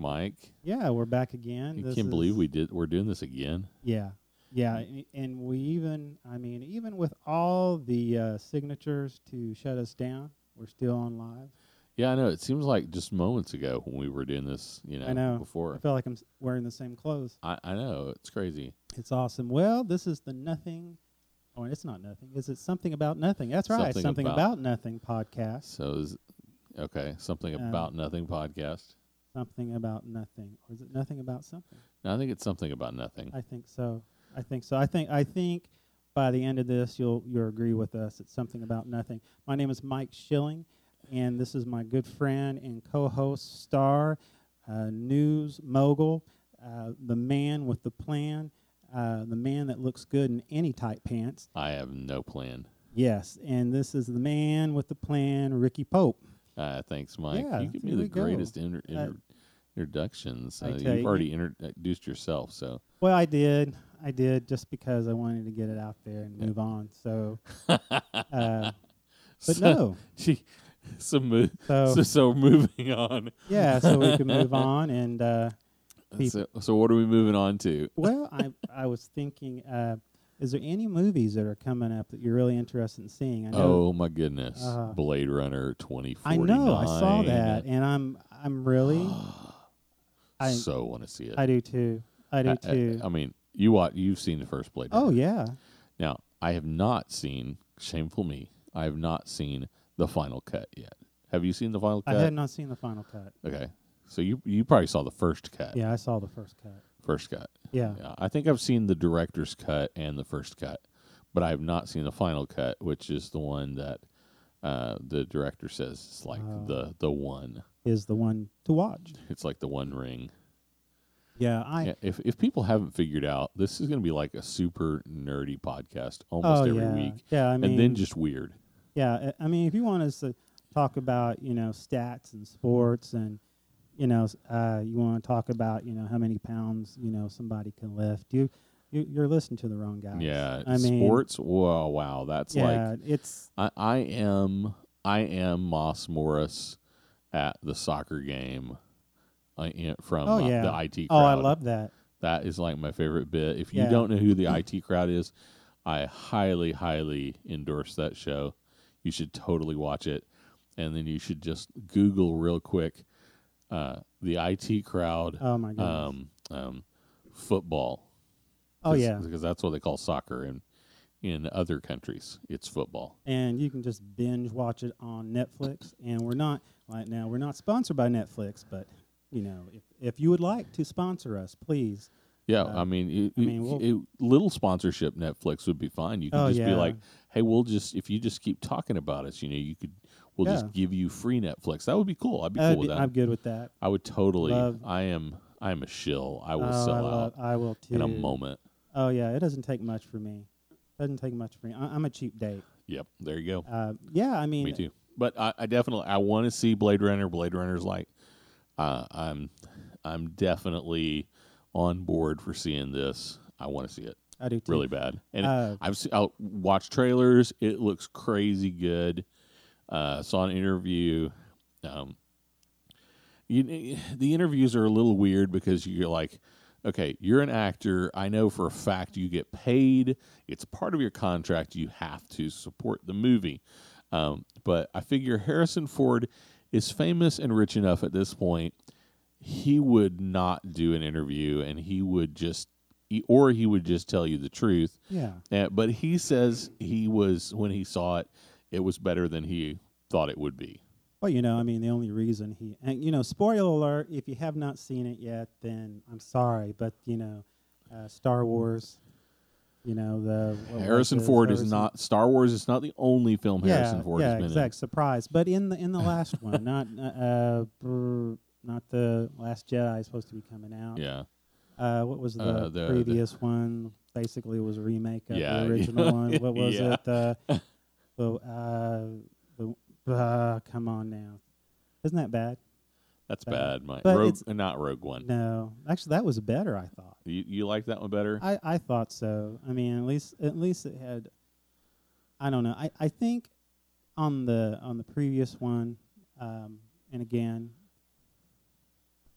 Mike. Yeah, we're back again. You This can't believe is- we did. We're doing this again. Yeah, yeah, and, and we even, I mean, even with all the uh, signatures to shut us down, we're still on live. Yeah, I know. It seems like just moments ago when we were doing this. You know, I know. I before. feel like I'm s- wearing the same clothes. I, I know it's crazy. It's awesome. Well, this is the nothing. Or it's not nothing. Is it something about nothing? That's right. Something Something, about- about, nothing podcast. So is okay. Something Um, about nothing podcast. Something about nothing, or is it nothing about something? No, I think it's something about nothing. I think so. I think so. I think I think by the end of this, you'll you'll agree with us. It's something about nothing. My name is Mike Schilling, and this is my good friend and co-host, star, uh, news mogul, uh, the man with the plan, uh, the man that looks good in any tight pants. I have no plan. Yes, and this is the man with the plan, Ricky Pope. Uh, thanks, Mike. Yeah, you give me here the we go. Uh, greatest inter- inter- introductions. I Uh, tell you've you- already introduced yourself, so Well, I did. I did just because I wanted to get it out there and move on. So, uh, but So- no. Oh. Gee, so, mo- So- so so moving on. yeah, so we can move on. And uh, Peop- So, so what are we moving on to? well, I I was thinking, uh, is there any movies that are coming up that you're really interested in seeing? I know, Oh my goodness, Uh, Blade Runner twenty I forty nine. know, I saw that, and I'm I'm really, I so want to see it. I do too, I do too. I, mean, you watch, you've seen the first Blade. oh Runner. yeah, Now I have not seen Shameful Me. I have not seen the final cut yet. Have you seen the final I cut? had not seen the final cut. Okay, so you you probably saw the first cut. Yeah, I saw the first cut. First cut. Yeah, Yeah, I think I've seen the director's cut and the first cut, but I've not seen the final cut, which is the one that uh, the director says is like Oh. the the one. is the one to watch. It's like the One Ring. Yeah, I Yeah, if if people haven't figured out, this is going to be like a super nerdy podcast almost oh every yeah, week, yeah. I mean, and then just weird. Yeah, I I mean, if you want us to talk about you know stats and sports, and you know, s- uh, you want to talk about you know how many pounds you know somebody can lift, you, you you're listening to the wrong guys. Yeah, I mean, sports. Wow, wow, that's Yeah, like it's I, I am I am Moss Morris at the soccer game. uh, in- From Oh, uh, yeah. the IT crowd. oh, I love that. That is like my favorite bit. If you Yeah. don't know who the IT crowd is, I highly, highly endorse that show. You should totally watch it. And then you should just Google real quick uh, the IT crowd Oh my goodness. um, um, football. oh yeah, Because that's what they call soccer in, in other countries. It's football. and you can just binge watch it on Netflix. And we're not right now. We're not sponsored by Netflix, but you know, if if you would like to sponsor us, please. Yeah, Uh, I mean, it, I it- mean, we'll- it- little sponsorship Netflix would be fine. You could Oh, just be yeah. like, "Hey, we'll just if you just keep talking about us, you know, you could we'll Yeah. just give you free Netflix." That would be cool. I'd be I'd cool with be- that. Uh, I'm good with that. I would totally. Love- I am. I am a shill. I will Oh, sell I, out love- I will too. in a moment. Oh yeah, it doesn't take much for me. Doesn't take much for me. I, I'm a cheap date. Yep, there you go. Uh, yeah, I mean, Me too. But I, I definitely I want to see Blade Runner. Blade Runner's like, uh, I'm, I'm definitely on board for seeing this. I want to see it. I do too. really bad. And Uh, I've se- I'll watch trailers. It looks crazy good. Uh, saw an interview. Um, you, the interviews are a little weird because you're like, okay, you're an actor. I know for a fact you get paid. It's part of your contract. You have to support the movie. Um, but I figure Harrison Ford is famous and rich enough at this point. He would not do an interview, and he would just, he- or he would just tell you the truth. Yeah, Yeah, Eh, but he says he was when he saw it, it was better than he thought it would be. well, you know, I mean, the only reason he, and you know, spoiler alert: if you have not seen it yet, then I'm sorry, but you know, uh, Star Wars, you know, Oh, the what was Harrison this? Ford is Harrison- not Star Wars is not the only film Yeah, Harrison Ford yeah, has been exact surprise. But in the in the last one, not uh, uh, brr, not the Last Jedi is supposed to be coming out. in. Yeah, Uh, what was the, Uh, the- the- previous one? Basically, it was a remake of Yeah, the original one. What was yeah. it? Uh, the uh, the uh, come on now, isn't that bad? that's Bad. bad. Mike. But Rogue, it's- uh, not Rogue One. No, actually, that was better. I thought. You you like that one better? I, I thought so. I mean, at least at least it had. I don't know. I, I think on the on the previous one, um, and again,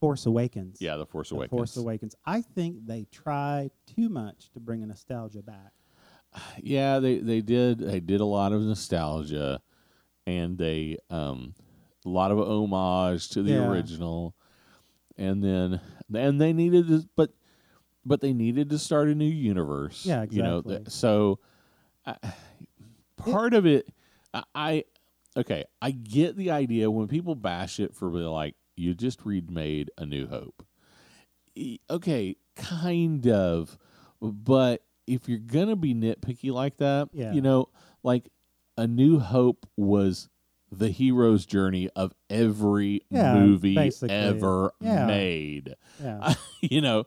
Force Awakens. Yeah, The Force The Awakens. Force Awakens. I think they try too much to bring a nostalgia back. yeah, they they did they did a lot of nostalgia, and they um a lot of homage to the Yeah. original, and then and they needed to, but but they needed to start a new universe. Yeah, You know, exactly. th- so I, part of it, I- I okay, I get the idea when people bash it for being like you just remade A New Hope. E- Okay, kind of, but if you're gonna be nitpicky like that, Yeah. you know, like A New Hope was the hero's journey of every Yeah, movie basically. ever Yeah. made. Yeah. you know,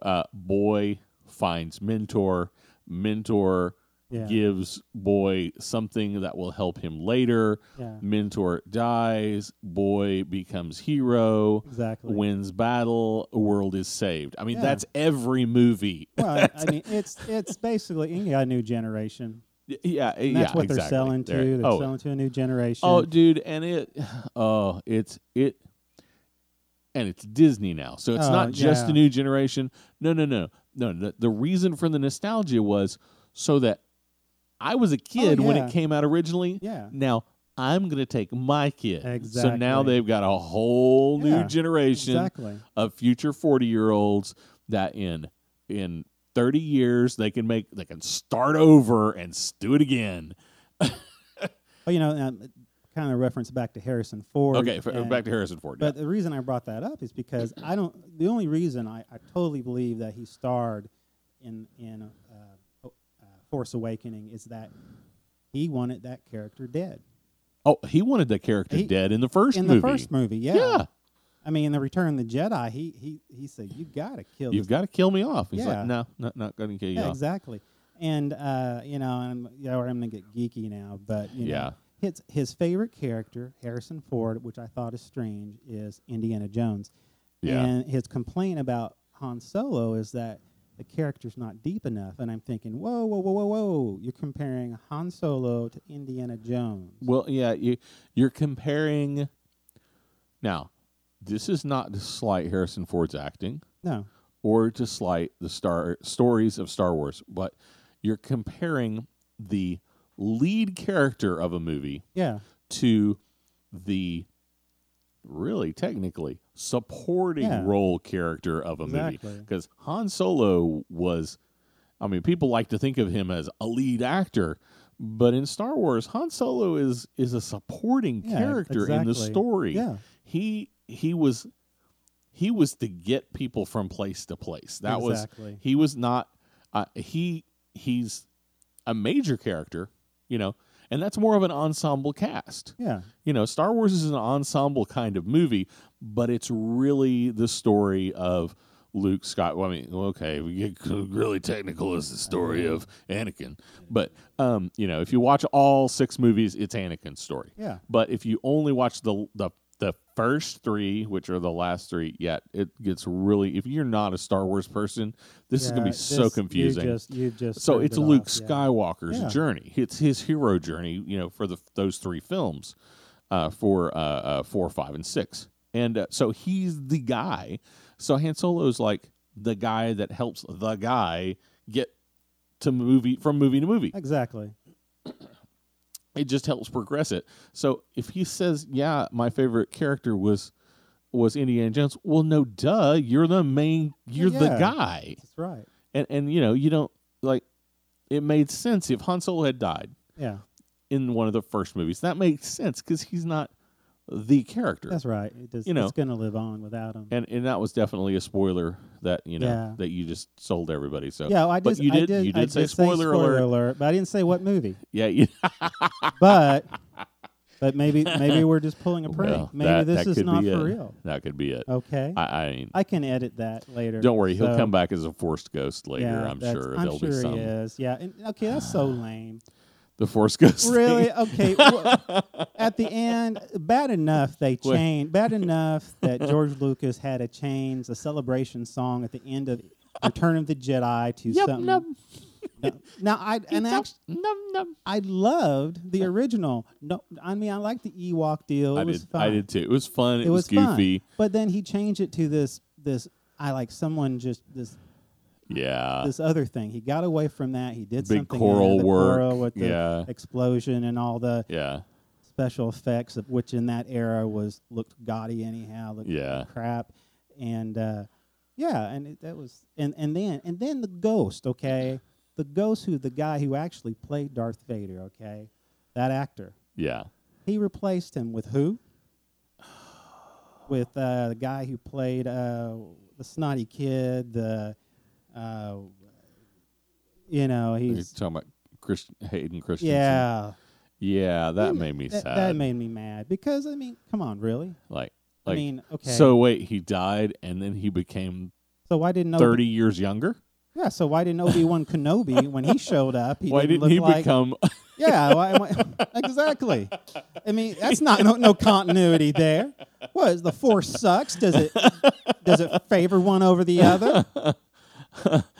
uh, boy finds mentor, mentor yeah. gives boy something that will help him later. yeah. Mentor dies, boy becomes hero, Exactly. wins battle, world is saved. I mean, Yeah. that's every movie. well, I, I mean, it's it's basically you got a new generation. Y- Yeah, And yeah, that's what they're exactly. selling to. There- They're oh, selling to a new generation. oh, dude, and it, oh, it's it, and it's Disney now, so it's Oh, not just yeah. a new generation. No, no, no, no. The, the reason for the nostalgia was so that I was a kid when Oh, yeah. it came out originally, yeah. Now I'm going to take my kid. So now Exactly. they've got a whole Yeah, new generation Exactly. of future 40 year olds that in in 30 years they can make they can start over and s- do it again. Well, you know, um, kind of reference back to Harrison Ford. Okay, f- uh, and- back to Harrison Ford. But the reason I brought that up is because I don't. The only reason I, I totally believe that he starred in in uh, uh, Force Awakening is that he wanted that character dead oh, he wanted the character He- dead in the first in movie. the first movie. Yeah. Yeah. I mean, in the Return of the Jedi, he he he said, "You gotta kill You've got to kill me off. He's Yeah. like, no, not not going to kill you Yeah, off. exactly. And uh, you know, and yeah, I'm gonna get geeky now, but you know, Yeah. his his favorite character, Harrison Ford, which I thought is strange, is Indiana Jones. Yeah. And his complaint about Han Solo is that the character's not deep enough. And I'm thinking, whoa, whoa, whoa, whoa, whoa! You're comparing Han Solo to Indiana Jones. Well, yeah, you you're comparing. Now, this is not to slight Harrison Ford's acting. No, or to slight the star stories of Star Wars, but you're comparing the lead character of a movie yeah, to the really technically supporting Yeah. role character of a movie Exactly. because Han Solo was I mean people like to think of him as a lead actor but in Star Wars Han Solo is is a supporting Yeah, character in the exactly. story Yeah. he he was he was to get people from place to place that Exactly. was he was not uh, he he's a major character you know and that's more of an ensemble cast yeah, you know, Star Wars is an ensemble kind of movie, but it's really the story of Luke Scott. Well, I mean, okay, we get really technical as the story of Anakin, but um, you know, if you watch all six movies, it's Anakin's story. yeah, But if you only watch the the the first three, which are the last three, yet it gets really. If you're not a Star Wars person, this is Yeah, gonna be so this- confusing. You just, you just So turned it's it Luke off, yeah. Skywalker's Yeah. journey. It's his hero journey, you know, for the those three films, uh, for uh, uh, four, five, and six. And uh, so he's the guy. So Han Solo's like the guy that helps the guy get to movie from movie to movie. Exactly. It just helps progress it. So if he says, "Yeah, my favorite character was was Indiana Jones," well, no, duh, you're the main, you're the yeah. guy That's right. and and you know you don't like it made sense if Han Solo had died Yeah, in one of the first movies that makes sense because he's not the character that's right. It does, You know. it's gonna live on without him. and and that was definitely a spoiler that you know Yeah. that you just sold everybody so Yeah, well, I uh, but did. you I did, did you I did say did spoiler, alert but I didn't say what movie. yeah you, But but maybe maybe we're just pulling a prank. well, maybe that, this that is could not be for it. real. that could be it Okay, I, I mean I can edit that later. don't worry he'll So, come back as a forced ghost later yeah, I'm that's- sure I'm there'll sure be some he is. Yeah. And, okay, that's so lame. the forced ghost thing. Really? Okay. well, at the end, bad enough they Wait. changed. Bad enough that George Lucas had to change a celebration song at the end of Return of the Jedi to Yep, something nope. No. Now I It's and a- actually, num, num. I loved the original. No, I mean I liked the Ewok deal. It I was did. fun. I did too. It was fun. It, It was fun. goofy. But then he changed it to this this I like someone just this Yeah. this other thing. He got away from that. He Uh. did Big something choral the work. choral with the Yeah. explosion and all the yeah. special effects, of which in that era was looked gaudy anyhow, looked Yeah. like crap, and uh, yeah, and it, that was and and then and then the ghost, okay, the ghost who the guy who actually played Darth Vader, okay, that actor, Yeah. he replaced him with who? With uh, the guy who played uh, the snotty kid, the uh, you know You're he's talking about Christian Hayden Christensen. yeah. Yeah. That He- made me that- sad. That made me mad because I mean, come on, really? like. Like. I mean, okay. So wait, he died, and then he became so why didn't Obi- thirty years younger. Yeah, so why didn't Obi Wan Kenobi when he showed up? He Why didn't, didn't, look he like, become? Yeah, why, why, exactly. I mean, that's not no, no continuity there. What is the Force sucks? Does it does it favor one over the other?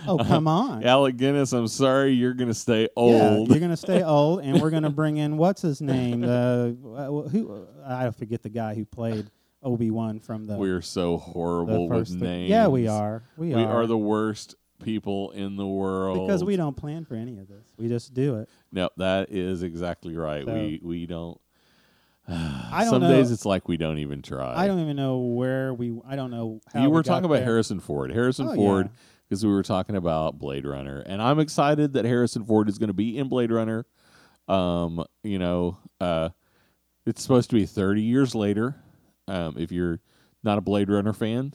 Oh come on! Alec Guinness, I'm sorry, you're gonna stay Yeah, old. you're gonna stay old, and we're gonna bring in what's his name? The uh, who I forget the guy who played Obi Wan from the We're so the horrible with first three- names. Yeah, we are. We, We are the worst people in the world because we don't plan for any of this. We just do it. No, that is exactly right. So- we we don't. I don't Some know. days it's like we don't even try. I don't even know where we. I don't know. How you we were got talking about there. Harrison Ford. Harrison Oh, Ford, yeah. because we were talking about Blade Runner, and I'm excited that Harrison Ford is going to be in Blade Runner. Um, you know, uh, it's supposed to be 30 years later. Um, if you're not a Blade Runner fan,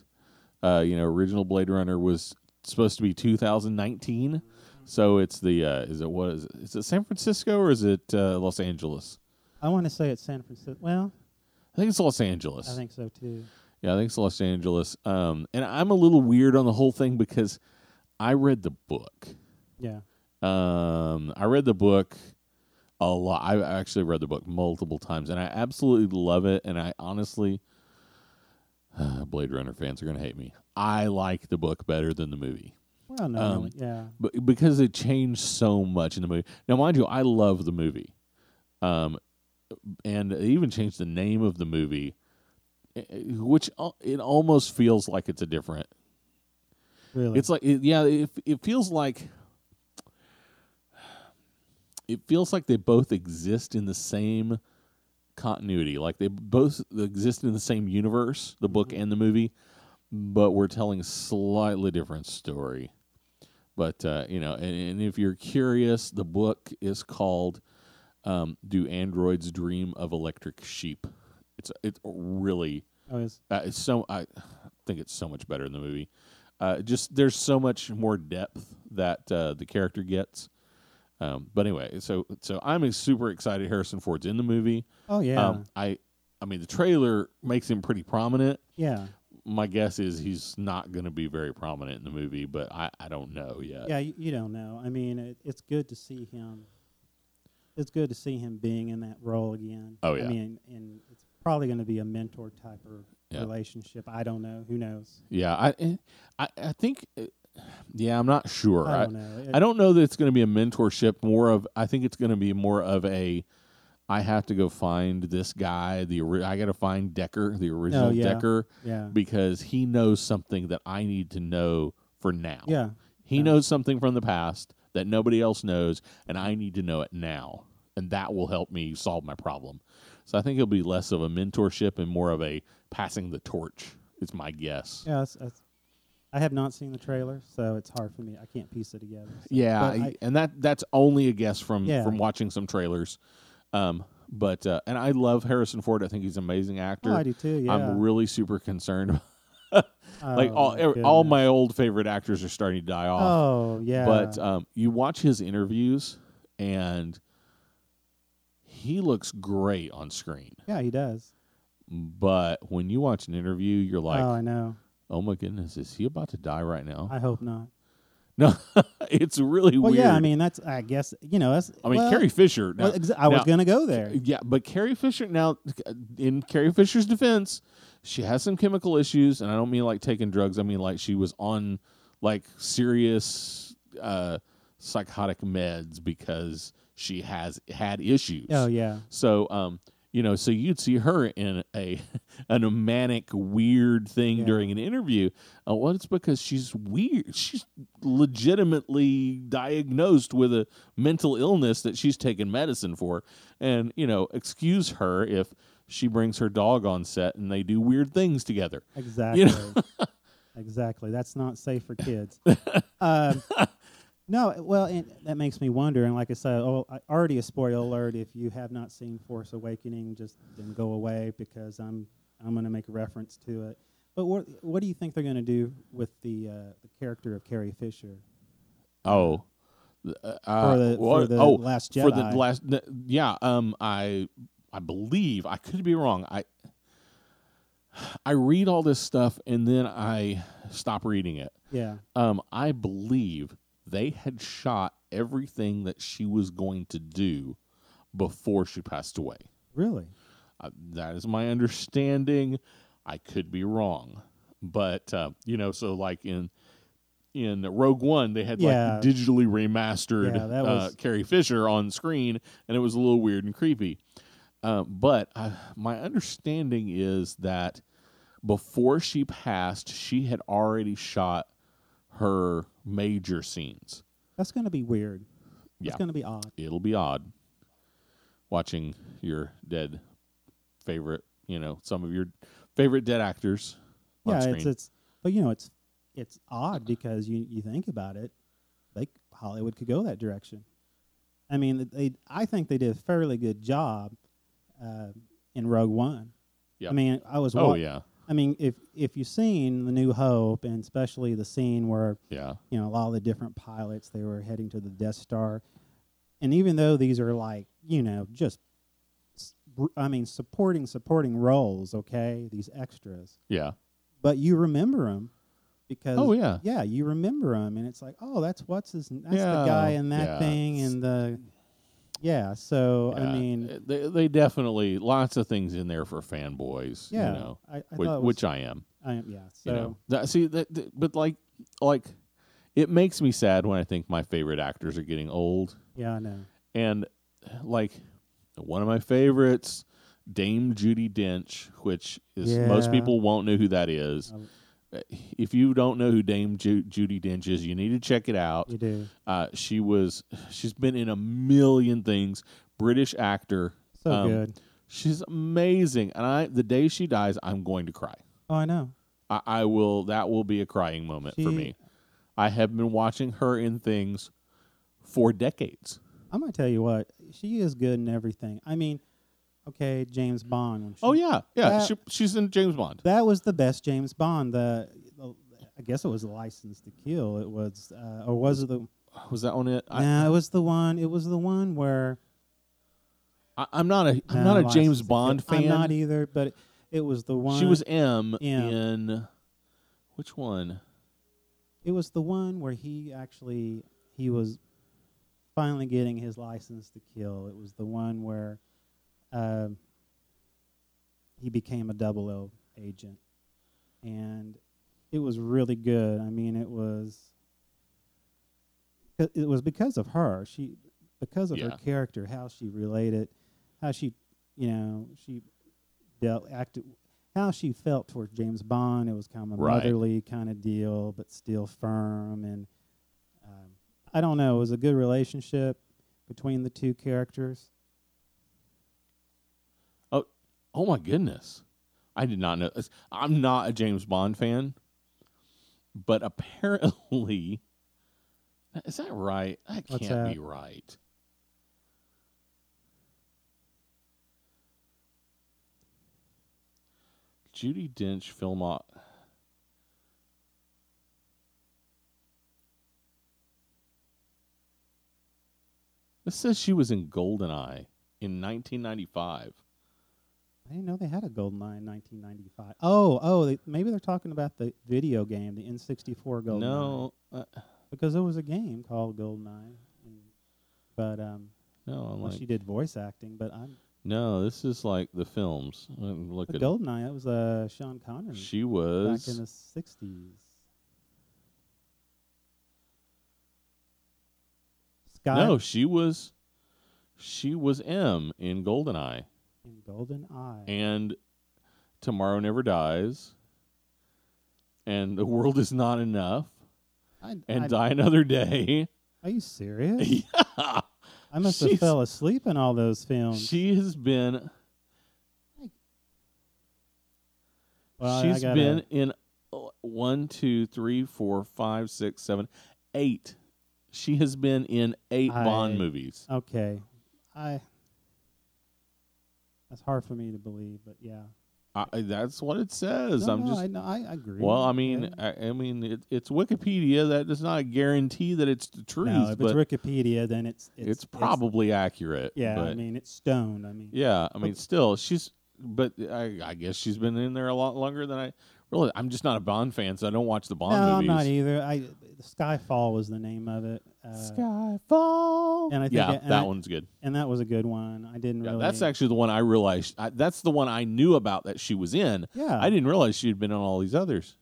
uh, you know, original Blade Runner was supposed to be 2019. So it's the uh, is it what is it? Is it San Francisco or is it uh, Los Angeles? I want to say it's San Francisco. Well, I think it's Los Angeles. I think so too. Yeah, I think it's Los Angeles. Um, and I'm a little weird on the whole thing because I read the book. Yeah. Um, I read the book a lot. I actually read the book multiple times, and I absolutely love it. And I honestly, Blade Runner fans are going to hate me. I like the book better than the movie Well, no. Um, really. yeah. but because it changed so much in the movie. Now, mind you, I love the movie, um, and they even changed the name of the movie, eh, eh, which al- it almost feels like it's a different. Really. It's like it, yeah, it it feels like it feels like they both exist in the same continuity, like they both exist in the same universe, the book and the movie, but we're telling slightly different story. But uh, you know, and, and if you're curious, the book is called um, "Do Androids Dream of Electric Sheep?" It's it's really oh, it's, uh, it's so I think it's so much better in the movie. Uh, just there's so much more depth that uh, the character gets. Um, but anyway, so so I'm super excited. Harrison Ford's in the movie. oh yeah. Um, I I mean the trailer makes him pretty prominent. yeah. My guess is he's not going to be very prominent in the movie, but I, I don't know yet. Yeah. You, you don't know. I mean, it, it's good to see him. It's good to see him being in that role again. Oh, I yeah. mean, and it's probably going to be a mentor type of Yeah. relationship. I don't know. Who knows? Yeah, I eh, I, I think eh, yeah I'm not sure. I I- don't know. It- I don't know that it's going to be a mentorship. More of, I think it's going to be more of a, I have to go find this guy. The ori- I got to find Decker, the original Oh, yeah. Decker, Yeah. because he knows something that I need to know for now. Yeah. he yeah. knows something from the past that nobody else knows, and I need to know it now, and that will help me solve my problem. So I think it'll be less of a mentorship and more of a passing the torch. It's my guess. Yeah. That's, that's, I have not seen the trailer, so it's hard for me. I can't piece it together. so- Yeah, but I- I- and that that's only a guess from Yeah. from watching some trailers. Um, but uh, and I love Harrison Ford. I think he's an amazing actor. Oh, I do too. Yeah. I'm really super concerned. like Oh, all my ev- all goodness. my old favorite actors are starting to die off. Oh yeah. But um, you watch his interviews, and he looks great on screen. yeah, he does. But when you watch an interview, you're like, oh, I know. "Oh my goodness, is he about to die right now?" I hope not. no, it's really Well, weird. yeah. I mean, that's. I guess you know. That's. I mean, well, Carrie Fisher. now- well, exa- I was now- gonna go there. Yeah, but Carrie Fisher now, in Carrie Fisher's defense, she has some chemical issues, and I don't mean like taking drugs. I mean like she was on like serious uh, psychotic meds because she has had issues. Oh yeah. So, um, you know, so you'd see her in a an a manic weird thing Yeah. during an interview. Uh, well, it's because she's weird. She's legitimately diagnosed with a mental illness that she's taken medicine for, and you know, excuse her if she brings her dog on set and they do weird things together. Exactly. exactly. That's not safe for kids. um, no, well, and that makes me wonder. And like I said, oh, I- already a spoiler alert. If you have not seen Force Awakening, just then go away because I'm I'm going to make a reference to it. But what what do you think they're going to do with the uh, the character of Carrie Fisher? Oh, Th- uh, For the- what- for the oh, Last for the Jedi. last, n- yeah. Um, I I believe I could be wrong. I I read all this stuff and then I stop reading it. Yeah. Um, I believe they had shot everything that she was going to do before she passed away. Really? Uh, that is my understanding. I could be wrong, but uh, you know, so like in in Rogue One, they had Yeah. like digitally remastered Yeah, that uh, was- Carrie Fisher on screen, and it was a little weird and creepy. Uh, but uh, my understanding is that before she passed, she had already shot her major scenes. That's going to be weird. Yeah. It's going to be odd. It'll be odd watching your dead favorite, you know, some of your favorite dead actors on yeah, screen. it's it's but you know it's it's odd because you you think about it, like Hollywood could go that direction. I mean, they I think they did a fairly good job uh, in Rogue One. Yeah. I mean, I was oh wa- yeah, I mean, if if you've seen The New Hope and especially the scene where yeah, you know, a lot of the different pilots. They were heading to the Death Star. And even though these are like, you know, just, s- br- I mean, supporting, supporting roles, okay, these extras, yeah, but you remember them because, Oh, yeah. Yeah, you remember them. And it's like, oh, that's what's his, that's Yeah, the guy in that yeah, thing it's- and the, yeah. So, yeah. Uh, I mean, they, they definitely lots of things in there for fanboys. yeah. you know, I, I which, thought it was, which I am. I, am- yeah. So, You know, that, see that, that- but like, like, it makes me sad when I think my favorite actors are getting old, yeah, I know. and like one of my favorites, Dame Judy Dench, which is most Yeah. people won't know who that is. Um, if you don't know who Dame Ju- Judy Dench is, you need to check it out. You do. Uh, she was she's been in a million things. British actor. So Um, good. She's amazing, and I the day she dies, I'm going to cry. Oh, I know. I, I will. That will be a crying moment for She- me. I have been watching her in things for decades. I'm gonna tell you what she is good in everything. I mean, okay, James Bond. when she- Oh yeah, yeah. That- she, she's in James Bond. that was the best James Bond. The, the I guess it was License to Kill. It was, uh, or was it the? Was that on it? I, nah, it was the one. It was the one where I, I'm not a I'm Nah, not a License James to Kill. Bond fan. I'm not either, but it, was the one. she was M Yeah. in which one? It was the one where he actually he was finally getting his license to kill. It was the one where um, he became a double O agent, and it was really good. I mean, it was it it was because of her. She because of Yeah. her character, how she related, how she you know she dealt acted how she felt towards James Bond. It was kind of a Right. motherly kind of deal, but still firm. And um, I don't know, it was a good relationship between the two characters. Oh my goodness. I did not know this. I'm not a James Bond fan, but apparently is that right? That What's can't that? be right. Judy Dench filmo This says she was in Goldeneye in 1995. I didn't know they had a Golden Eye in 1995. Oh, oh, they, maybe they're talking about the video game, the N64 Golden no, uh, because there was a game called Golden Eye. But um, no, I'm well, like, she did voice acting, but I'm no. This is like the films. Uh, Look the at Golden Eye. That was uh, Sean Connery she back in was. the 60s. Sky No, she was she was M in Goldeneye and Golden Eye. and Tomorrow Never Dies and The World Is Not Enough I, and I- Die Another Day. are you serious? yeah. I must she's- have fell asleep in all those films. She has been Well, I she's gotta- been in uh, one, two, three, four, five, six, seven, eight. She has been in eight Bond I- movies. okay. I that's hard for me to believe, but yeah. I, that's what it says. No, I'm no, just I, no, I, I agree. Well, I Okay. mean, I, I mean, it, it's Wikipedia. That does not guarantee that it's the truth, no, if it's but Wikipedia, then it's it's, it's, probably accurate. yeah. I but- mean, it's stoned. I mean, yeah. I mean, still, she's, but I, I guess she's been in there a lot longer than I really. I'm just not a Bond fan, so I don't watch the Bond no, movies. I'm not either. I Skyfall was the name of it, uh, Skyfall. and I think yeah, and that I- one's good. and that was a good one. I didn't Yeah, really. that's actually the one I realized. I, that's the one I knew about that she was in. yeah. I didn't realize she had been on all these others.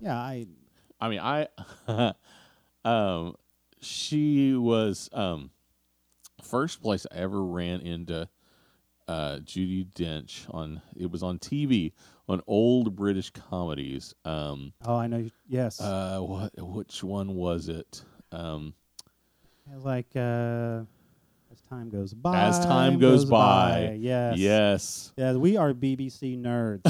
yeah, I I mean, I, um, she was um, first place I ever ran into uh, Judy Dench on. It was on TV on old British comedies. Um, oh I know. you- Yes, uh, what which one was it? Um, It's like uh, as time goes by. As time goes by. Yes. yes. Yeah, we are BBC nerds.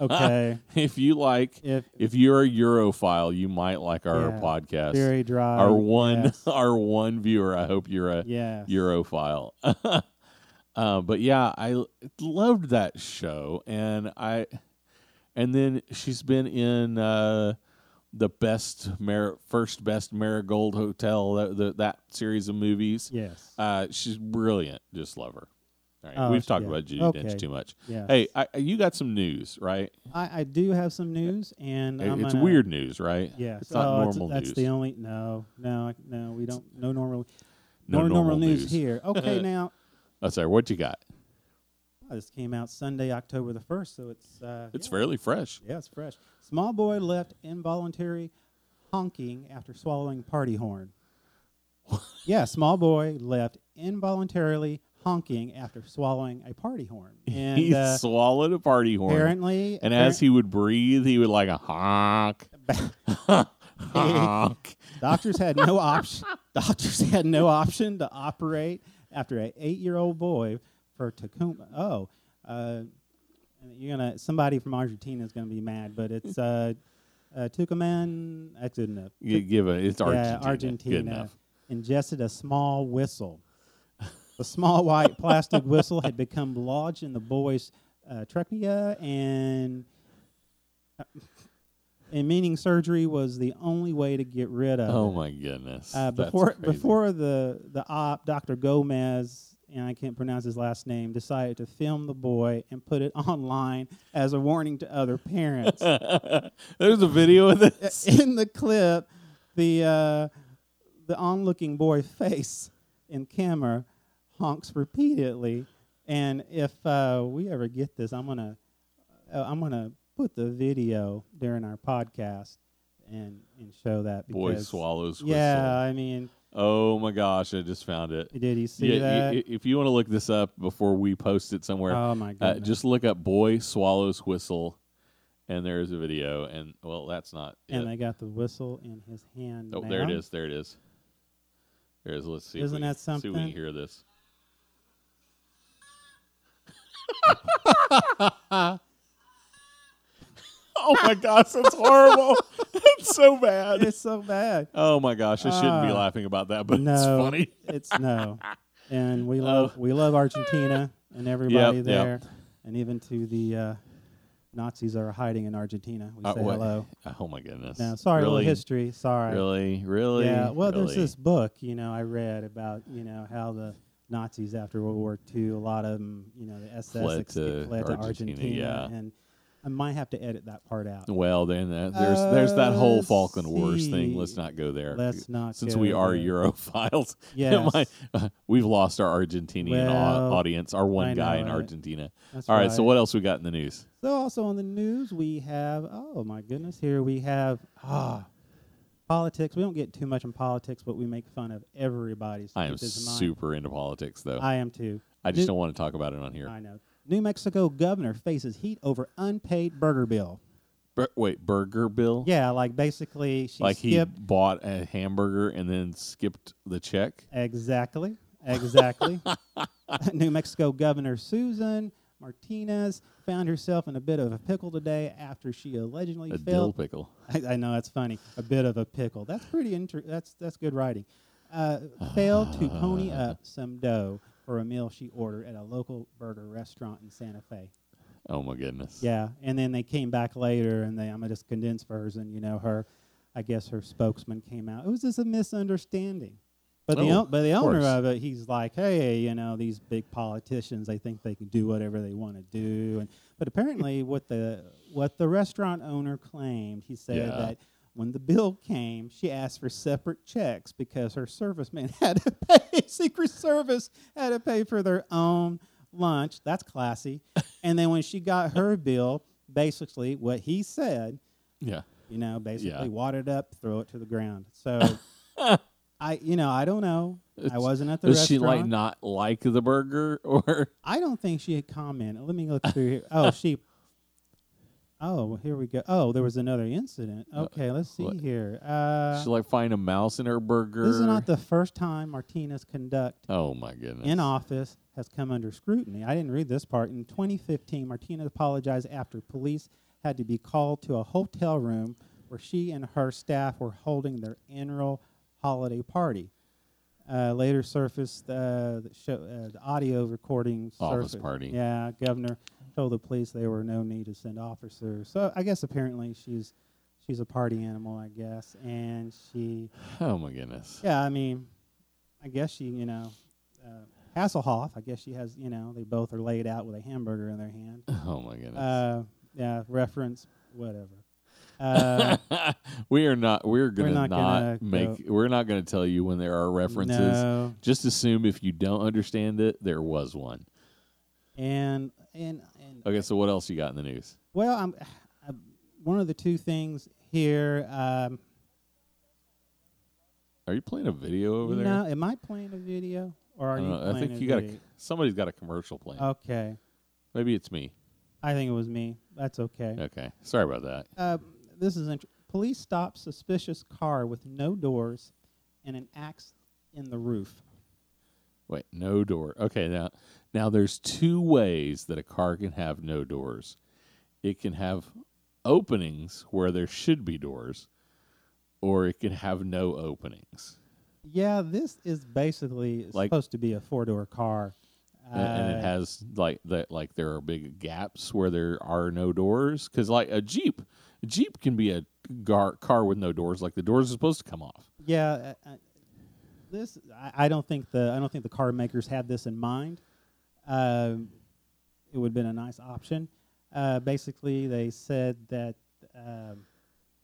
okay. If you like, If if you're a Europhile, you might like our Yeah. podcast. very dry. our one, yes. our one viewer. I hope you're a yes. Europhile. uh, but yeah, I l- loved that show, and I, and then she's been in uh, the best Mar- first best Marigold Hotel that, the, that series of movies. Yes. Uh, she's brilliant. Just love her. All right, Oh, we've talked yeah. about Judy Okay. Dench too much. yes. Hey, I, you got some news, right? I, I do have some news, and It- I'm it's gonna- weird news, right? Yes. it's not oh, that's- normal that's, news. the only. No, no, I- no. We don't. No normal. No nor normal news. news. here. Okay, now Oh, sorry. What you got? oh, this came out Sunday, October the first, so it's uh, It's yeah. fairly fresh. Yeah, it's fresh. Small boy left involuntary honking after swallowing party horn. yeah, small boy left involuntarily honking after swallowing a party horn. And he uh, swallowed a party horn. apparently, And as he would breathe, he would like a honk, honk. doctors had no option. Doctors had no option to operate after an eight-year-old boy for Tacoma. Oh, uh, you're gonna somebody from Argentina is gonna be mad, but it's uh, uh, Tucumán. That's good enough. You give it. It's Argentina. Yeah, Argentina Good enough. ingested a small whistle. The small white plastic whistle had become lodged in the boy's uh, trachea, and uh, and meaning surgery was the only way to get rid of Oh it. my goodness. Uh, That's before crazy. before the the op, Dr. Gomez and I can't pronounce his last name decided to film the boy and put it online as a warning to other parents. Uh, There's a video of this. in the clip, the uh, the onlooking boy face in camera honks repeatedly, and if uh, we ever get this, I'm gonna uh, I'm gonna put the video during our podcast and and show that because Boy swallows whistle. yeah, I mean, Oh my gosh, I just found it. did he Yeah, see y- that? y- if you want to look this up before we post it somewhere, oh my uh, god! just look up "boy swallows whistle," and there's a video. And well, that's not. and it. they got the whistle in his hand. Oh, there it now. is. There it is. There it is. Let's see. Isn't if we, that can- See if we can something? hear this. oh my gosh, that's horrible. That's so bad. It's so bad. Oh my gosh, I shouldn't be Ah. laughing about that, but no, it's funny. Oh. it's no, and we love we love Argentina and everybody Yep, yep. there, and even to the uh, Nazis that are hiding in Argentina. We Uh, say what- hello. Oh my goodness. No, sorry, a really, little history. Sorry. Really, really. yeah. Well, really. there's this book you know I read about you know how the Nazis after World War II, a lot of them, you know, the SS Fled ex- to fled to Argentina, Argentina, yeah. and I might have to edit that part out. Well, then that, there's there's that whole Let's Falkland Wars thing. Uh, see. Let's not go there. Let's not Since go we are there. Europhiles, Yes. my- we've lost our Argentinian au- Well, audience, our one I guy know in it. Argentina. That's All right, right. so what else we got in the news? So also on the news we have oh my goodness here we have ah Politics. We don't get too much in politics, but we make fun of everybody's. I am super into politics, though. I, I am too. just New- don't want to talk about it on here. I know. New Mexico governor faces heat over unpaid burger bill. Bur- wait, Burger Bill? Yeah, like basically she like skipped he bought a hamburger and then skipped the check. Exactly. Exactly. New Mexico Governor Susan Martinez found herself in a bit of a pickle today after she allegedly A dill failed. pickle. I, I know that's funny. A bit of a pickle. That's pretty. Inter- that's that's good writing. Uh, failed to pony up some dough for a meal she ordered at a local burger restaurant in Santa Fe. Oh my goodness. Yeah, and then they came back later, and they I'm gonna just condense version. You know, her, I guess her spokesman came out. It was just a misunderstanding. But the Oh, o- but the of owner course. of it, he's like, hey, you know, these big politicians, they think they can do whatever they want to do, and but apparently what the what the restaurant owner claimed, he said Yeah. that. When the bill came, she asked for separate checks because her serviceman had to pay. Secret Service had to pay for their own lunch. That's classy. and then when she got her bill, basically what he said, Yeah. you know, basically Yeah. wad it up, throw it to the ground. So I, you know, I don't know. I It's- wasn't at the Does restaurant. she like not like the burger or I don't think she had commented. Let me look through here. Oh, she. Oh, here we go. Oh, there was another incident. Okay, let's see Uh, what- here. Uh, she like find a mouse in her burger? this is not the first time Martinez conduct Oh my goodness. in office has come under scrutiny. I didn't read this part. In 2015, Martinez apologized after police had to be called to a hotel room where she and her staff were holding their annual holiday party. Uh, later surfaced uh, the, show, uh, the audio recording. Office surfaced. party. Yeah, governor told the police there were no need to send officers. So I guess apparently she's she's a party animal, I guess, and she oh my goodness. yeah, I mean, I guess she, you know, uh, Hasselhoff. I guess she has, you know, they both are laid out with a hamburger in their hand. Oh my goodness. Uh, yeah, reference, whatever. Uh, we are not we're gonna not not, gonna go- make we're not gonna tell you when there are references. No. Just assume if you don't understand it, there was one. And and and Okay, so what else you got in the news? well, I'm, i one of the two things here. Um, Are you playing a video over there? no, am I playing a video or are I, you? don't know. I Playing think a you got video? Oh. a, somebody's got a commercial playing. Okay, Maybe it's me. I think it was me. That's okay. Okay, sorry about that. Uh, this is int- police stop suspicious car with no doors and an axe in the roof. Wait, no door. Okay, now now there's two ways that a car can have no doors. It can have openings where there should be doors, or it can have no openings. Yeah, this is basically Like- supposed to be a four door car. A- and Uh, it has like that like there are big gaps where there are no doors cuz like a Jeep, a Jeep can be a gar- car with no doors like the doors are supposed to come off. yeah, uh, uh, this I, I don't think the I don't think the car makers had this in mind. Um, it would have been a nice option. Uh, basically, they said that um,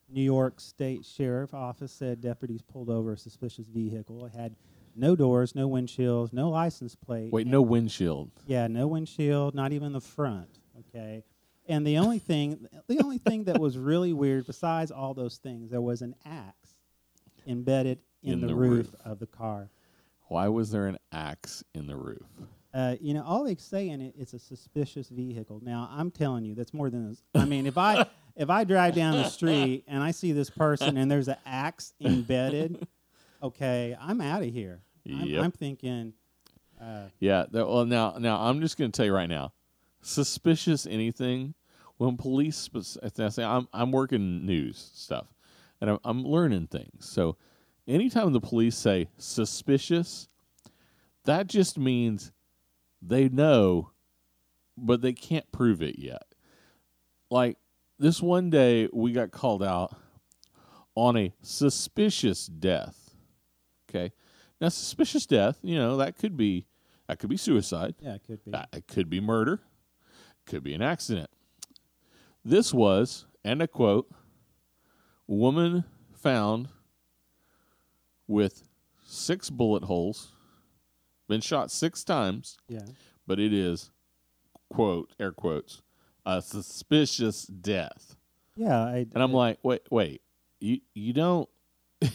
New York State Sheriff Office said deputies pulled over a suspicious vehicle. It had no doors, no windshields, no license plate. Wait, no windshield. Yeah, no windshield, not even the front. Okay, and the only thing, the only thing that was really weird, besides all those things, there was an axe embedded in, the, roof, of the car. Why was there an axe in the roof? Uh, you know, all they say in it, it's a suspicious vehicle. Now, I'm telling you, that's more than. a- I mean, if I if I drive down the street and I see this person and there's an axe embedded, okay, I'm out of here. I'm, Yep. I'm thinking. Uh, Yeah. That, well, now, now I'm just going to tell you right now, suspicious anything when police. spec- I say I'm I'm working news stuff, and I'm I'm learning things. So, anytime the police say suspicious, that just means they know, but they can't prove it yet. Like this one day, we got called out on a suspicious death. Okay. Now, suspicious death, you know, that could be that could be suicide. yeah, it could be. That it could be murder. Could be an accident. This was, and I quote, woman found with six bullet holes, been shot six times, Yeah. but it is, quote, air quotes, a suspicious death. Yeah, I, And I'm like, wait, wait, you you don't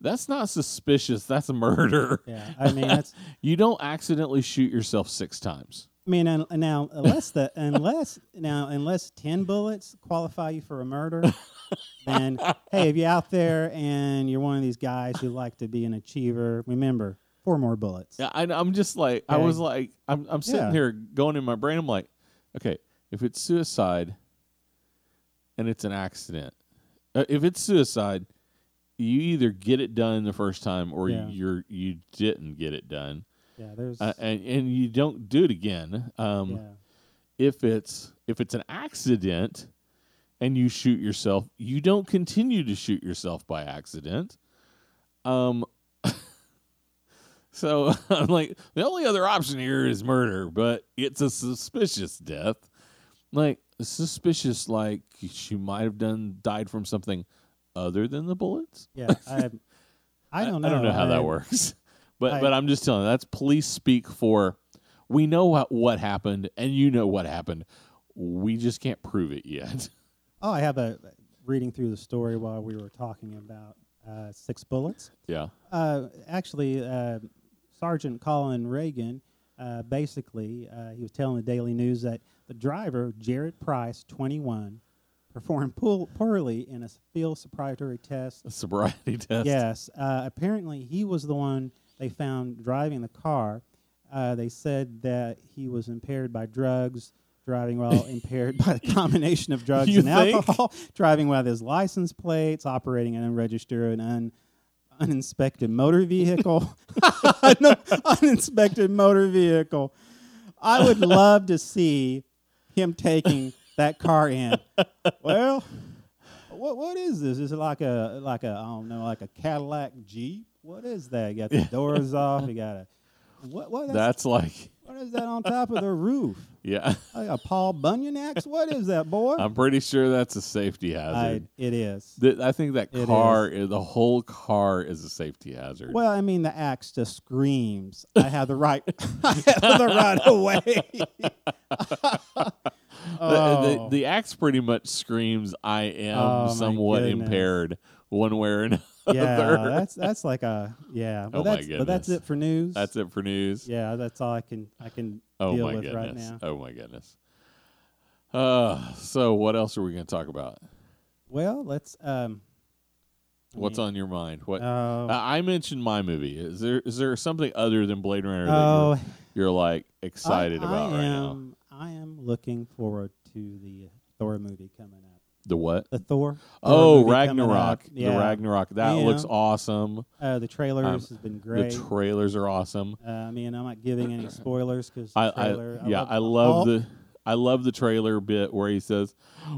That's not suspicious. That's a murder. Yeah, I mean, that's, You don't accidentally shoot yourself six times. I mean, un- now unless the unless now unless ten bullets qualify you for a murder, then hey, if you're out there and you're one of these guys who like to be an achiever, remember four more bullets. Yeah, I, I'm just like I Okay. was like I'm I'm sitting Yeah. here going in my brain. I'm like, okay, if it's suicide and it's an accident, uh, if it's suicide, you either get it done the first time or Yeah. you're you didn't get it done, Yeah, there's uh, and and you don't do it again. Um, yeah. If it's if it's an accident and you shoot yourself, you don't continue to shoot yourself by accident. Um, so I'm like, the only other option here is murder, but it's a suspicious death. Like suspicious, like she might have done died from something other than the bullets. Yeah, I, I don't know. I don't know how I- that works, but I- but I'm just telling. You, that's police speak for. We know what, what happened, and you know what happened. We just can't prove it yet. Oh, I have a reading through the story while we were talking about uh, six bullets. yeah. Uh, actually, uh, Sergeant Colin Reagan, uh, basically, uh, he was telling the Daily News that the driver, Jared Price, 21, performed pool- poorly in a field sobriety test. A sobriety test. Yes, uh, apparently he was the one they found driving the car. Uh, they said that he was impaired by drugs, driving while impaired by the combination of drugs You and think? alcohol, driving without his license plates, operating an unregistered and un- uninspected motor vehicle. An uninspected motor vehicle. I would love to see him taking that car in. Well, what what is this? Is it like a like a I don't know like a Cadillac Jeep? What is that? You got the doors off. You got a what what, That's that's, like, what is that on top of the roof? yeah. Like a Paul Bunyan axe? What is that, boy? I'm pretty sure that's a safety I, hazard. it is. Th- I, think that It car, is. the whole car, is a safety hazard. Well, I mean, the axe just screams. I have the right. I have the right away. The- the, the, axe pretty much screams, "I am Oh, my somewhat goodness. impaired, one way or another." yeah, that's that's like a yeah. Well, Oh, my that's, But that's goodness. it for news. That's it for news. Yeah, that's all I can I can Oh deal my with goodness. right now. Oh my goodness. Uh, so what else are we going to talk about? Well, let's. Um, I What's mean, on your mind? What Oh, I I mentioned my movie. Is there is there something other than Blade Runner that oh, you're, you're like excited I, about I right now? am, I am looking forward to the Thor movie coming up. The what? The Thor. Thor Oh, movie coming Ragnarok. up. Yeah, The Ragnarok. That Yeah. looks awesome. Uh, the trailers Um, has been great. The trailers are awesome. uh, I mean, I'm not giving any spoilers because I, I trailer. yeah, love I love all the I love the trailer bit where he says,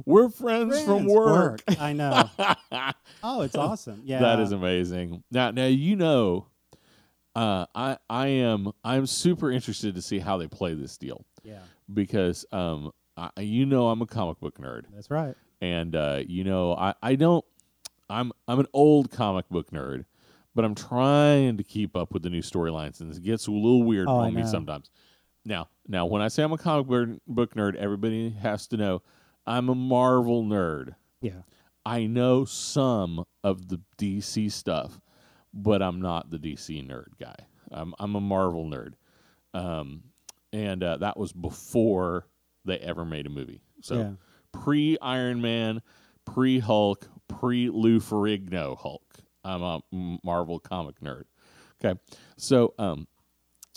"We're friends, friends from work." I know. oh, it's awesome. Yeah, That is amazing. Now, now you know, uh, I I am I'm super interested to see how they play this deal Yeah, because um, I, you know I'm a comic book nerd that's right. and uh, you know I, I don't I'm I'm an old comic book nerd, but I'm trying to keep up with the new storylines, and it gets a little weird Oh, I for me know. sometimes. Now, now when I say I'm a comic book- book nerd, everybody has to know I'm a Marvel nerd. Yeah, I know some of the DC stuff, but I'm not the DC nerd guy. I'm I'm a Marvel nerd, um, and uh, that was before they ever made a movie. So yeah. pre Iron Man, pre Hulk, pre Lou Ferrigno Hulk. I'm a M- Marvel comic nerd. Okay, so um,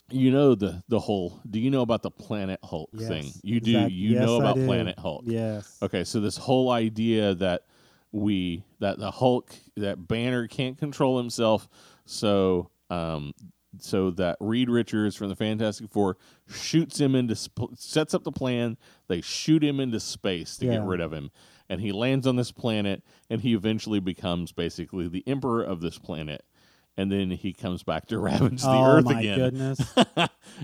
you know the the whole. Do you know about the Planet Hulk Yes, thing? You exact- do. You yes, know I about do. Planet Hulk. Yes. Okay, so this whole idea that we that the Hulk that Banner can't control himself, so um, so that Reed Richards from the Fantastic Four shoots him into sp- sets up the plan. They shoot him into space to Yeah. get rid of him, and he lands on this planet, and he eventually becomes basically the emperor of this planet. And then he comes back to ravage the oh earth my again goodness.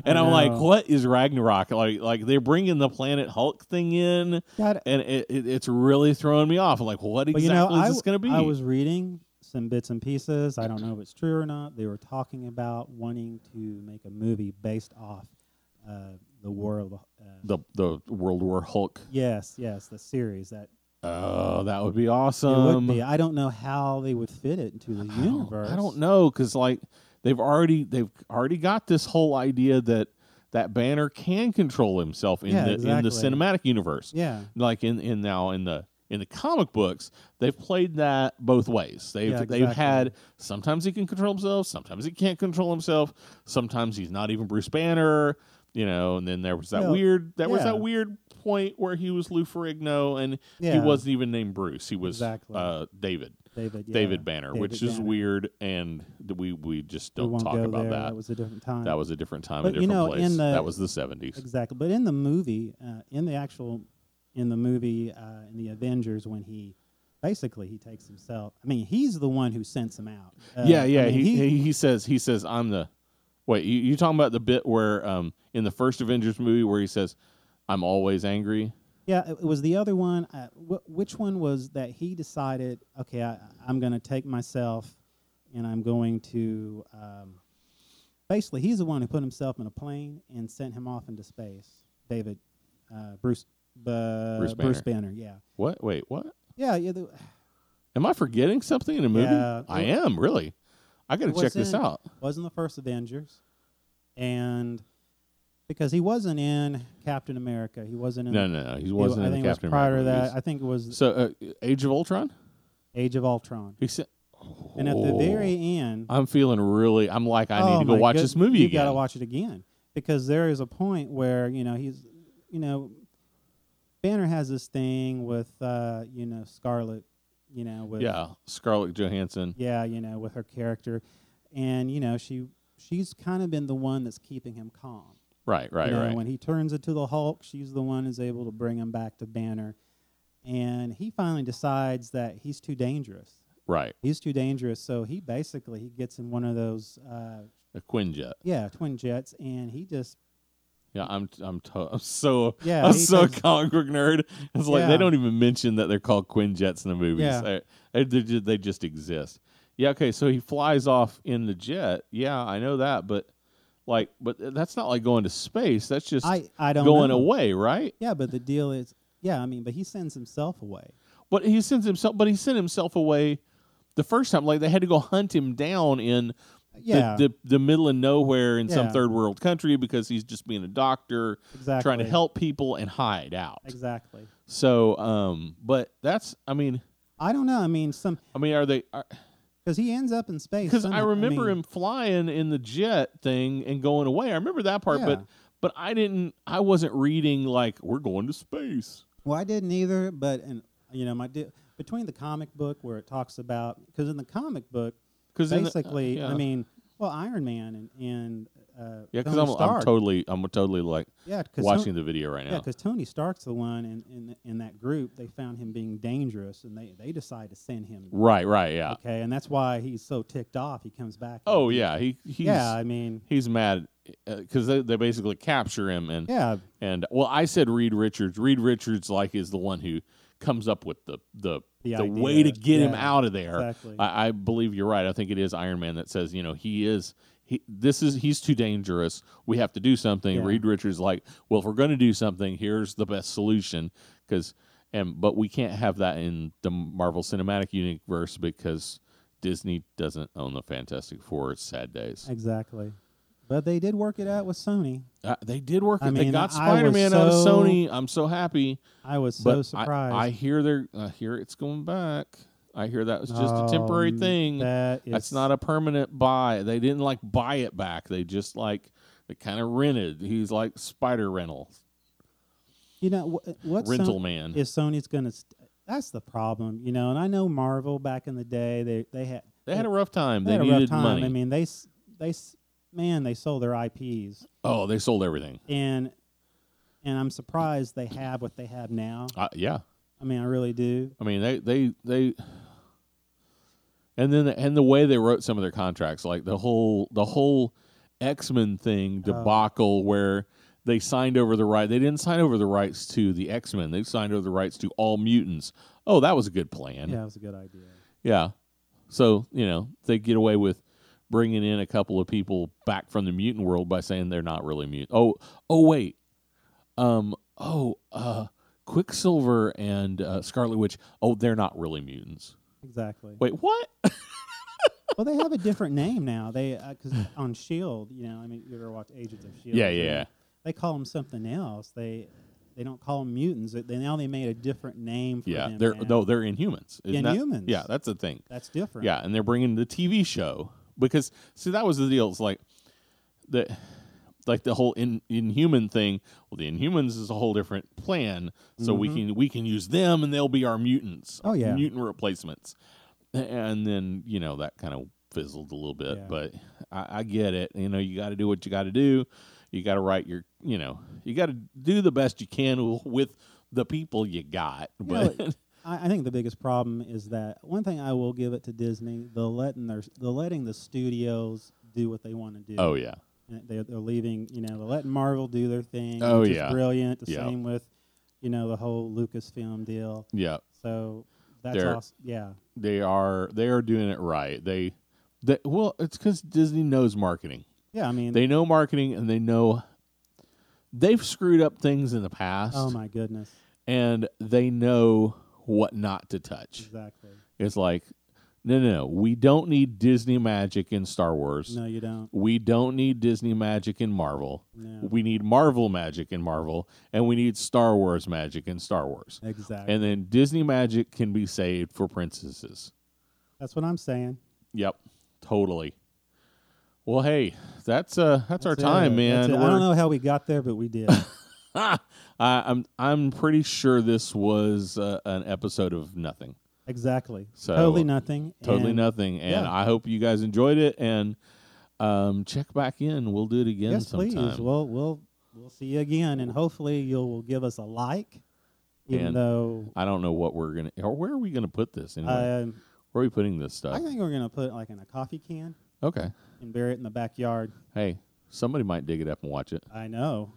and I I'm like, know. what is Ragnarok? Like, like they're bringing the Planet Hulk thing in, God, and it, it, it's really throwing me off. I'm like, what But exactly you know, I, is this going to be? I was reading some bits and pieces. I don't know if it's true or not. They were talking about wanting to make a movie based off uh, the War of the. Uh, the the World War Hulk. yes, yes, the series that Oh, that would be it would awesome. be. I don't know how they would fit it into the Um, I don't- universe. I don't know because like they've already they've already got this whole idea that that Banner can control himself in Yeah, the in the exactly. cinematic universe. Yeah. Like in in now in the in the comic books, they've played that both ways. They've Yeah, they've exactly. had sometimes he can control himself, sometimes he can't control himself, sometimes he's not even Bruce Banner. You know, and then there was that Well, weird there was yeah. that weird point where he was Lou Ferrigno and he Yeah. wasn't even named Bruce. He was Exactly. uh, David. David. yeah. David Banner, David which is Banner. weird, and th- we we just We don't won't talk go about there. that. That was a different time. That was a different time, a But, you different know, place. in the- that was the seventies. Exactly. But in the movie, uh, in the actual, in the movie, uh, in the Avengers, when he basically he takes himself. I mean, he's the one who sends him out. Uh, yeah, I yeah. mean, he, he he says he says I'm the. Wait, you you talking about the bit where um in the first Avengers movie where he says I'm always angry? yeah. It it was the other one. Uh, wh- which one was that he decided? Okay, I, I'm going to take myself, and I'm going to. Um, basically, he's the one who put himself in a plane and sent him off into space. David, uh, Bruce, uh, Bruce Bruce Banner. Yeah, What? Wait, what? yeah, yeah. The, Am I forgetting something in a movie? Yeah, I it- am really. I got to check this wasn't- out. Wasn't the first Avengers, and because he wasn't in Captain America, he wasn't in. No, he no, no. He wa- wasn't I in the think Captain it was prior America to that. movies. I think it was so, uh, Age of Ultron. Age of Ultron, He said, and at the Oh. very end, I'm feeling really. I'm like, I oh need to go my watch good- this movie You again. got to watch it again because there is a point where you know he's, you know, Banner has this thing with uh, you know Scarlet, you know with Yeah, Scarlett Johansson. yeah, you know, with her character, and you know she she's kind of been the one that's keeping him calm. Right, right, You know, right. When he turns into the Hulk, she's the one who's able to bring him back to Banner, and he finally decides that he's too dangerous. right. He's too dangerous, so he basically he gets in one of those uh, A Quinjet. yeah twin jets, and he just Yeah, I'm I'm, to- I'm so Yeah, I'm he so a does- comic book nerd. It's like they Yeah. don't even mention that they're called Quinjets in the movies. Yeah. They- They, they, ju- they just exist. Yeah, okay. So he flies off in the jet. Yeah, I know that, but like, but that's not like going to space. That's just I I don't going know. away, right? Yeah, but the deal is yeah I mean, but he sends himself away. But he sends himself. But he sent himself away the first time. Like they had to go hunt him down in Yeah, the, the the middle of nowhere in some Yeah. third world country because he's just being a doctor, exactly. trying to help people and hide out. exactly. So, um, but that's I mean, I don't know. I mean, some I mean, are they? because he ends up in space. Because I somehow. remember mean, him flying in the jet thing and going away. I remember that part, Yeah. but but I didn't. I wasn't reading like we're going to space. Well, I didn't either, but and you know, my di- between the comic book where it talks about because in the comic book, Because basically, uh, yeah. I mean, well, Iron Man and and uh, yeah, because Tony I'm, I'm Stark, totally I'm totally like yeah, cause Tony- watching the video right yeah, now. 'cause Tony Stark's the one in, in in that group. They found him being dangerous, and they they decide to send him. right, right, yeah. Okay, and that's why he's so ticked off. He comes back. and- Oh yeah, he he's yeah. I mean, he's mad because they, they basically capture him and yeah, and well i said reed richards reed richards like is the one who comes up with the the, the, The way to idea. get him Yeah, out of there exactly. I, I believe you're right i think it is iron man that says you know he is he, this is he's too dangerous we have to do something Yeah. reed richards like well if we're going to do something here's the best solution because and but we can't have that in the marvel cinematic universe because disney doesn't own the fantastic four it's sad days exactly. But they did work it out with Sony. uh, they did work I it. they mean, got I was Spider Man out of so- Sony. I'm so happy. I was but so I- surprised. I, hear they're I hear it's going back. I hear that was just a temporary Um, thing. That is, That's not a permanent buy. They didn't like buy it back. They just like they kind of rented. He's like Spider Rental, You know wh- what's Rental Son- Man. is Sony's going to? St- that's the problem, you know. And I know Marvel back in the day they they had they had a rough time. they They, had a needed rough time. money. I mean, they s- they s- man they sold their IPs oh, they sold everything. and and I'm surprised they have what they have now. Uh, yeah, I mean, I really do. I mean they they they. And then and the way they wrote some of their contracts, like the whole the whole X Men thing debacle, where they signed over the right. They didn't sign over the rights to the X Men. They signed over the rights to all mutants. Oh, that was a good plan. Yeah, it was a good idea. Yeah. So you know they get away with bringing in a couple of people back from the mutant world by saying they're not really mutant. Oh, oh wait. Um. Oh. Uh. Quicksilver and uh, Scarlet Witch. Oh, they're not really mutants. Exactly. Wait, what? well, they have a different name now. They because on Shield, you know, I mean, you ever watch Agents of Shield? Yeah, you know, yeah. E They call them something else. They they don't call them mutants. They now they made a different name for yeah, them. they're now. no, they're Inhumans. Isn't that- Inhumans. Yeah, that's the thing. That's different. Yeah, and they're bringing the TV show because see that was the deal. It's like the like the whole in, Inhuman thing. Well, the Inhumans is a whole different plan, so we can we can use them and they'll be our mutants. Mm-hmm. Oh, yeah. mutant replacements. And then you know that kind of fizzled a little bit, Yeah. but I, I get it. You know, you got to do what you got to do. You got to write your you know you got to do the best you can w- with the people you got. You know, But I, I think the biggest problem is that one thing I will give it to Disney, the letting their the letting the studios do what they want to do. oh yeah, And They're, they're leaving, you know, they're letting Marvel do their thing. Oh, which is yeah. brilliant. The Yeah. same with, you know, the whole Lucasfilm deal. yeah. So that's They're- awesome. Yeah, they are they are doing it right. They they well, it's because Disney knows marketing. yeah. I mean, They know marketing, and they know they've screwed up things in the past, oh my goodness, and they know what not to touch. exactly. It's like, no, no, no, we don't need Disney magic in Star Wars. No, you don't. We don't need Disney magic in Marvel. No, We need Marvel magic in Marvel, and we need Star Wars magic in Star Wars. exactly. And then Disney magic can be saved for princesses. that's what I'm saying. Yep, totally. Well, hey, that's uh that's, our That's it. time, That's man. it. I don't know how we got there, but we did. I, I'm I'm pretty sure this was uh, an episode of nothing, exactly. So, totally nothing. totally and- nothing, and yeah. I hope you guys enjoyed it. And um, check back in. We'll do it again Yes, sometime. please. We'll we'll we'll see you again, and hopefully you'll will give us a like, even And though I don't know what we're gonna or where are we gonna put this anyway. um, where are we putting this stuff? I think we're gonna put it like in a coffee can okay. and bury it in the backyard. Hey, somebody might dig it up and watch it. I know.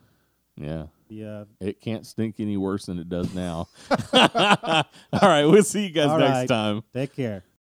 uh, Yeah. Yeah. It can't stink any worse than it does now. All right, we'll see you guys All next right. time. Take care.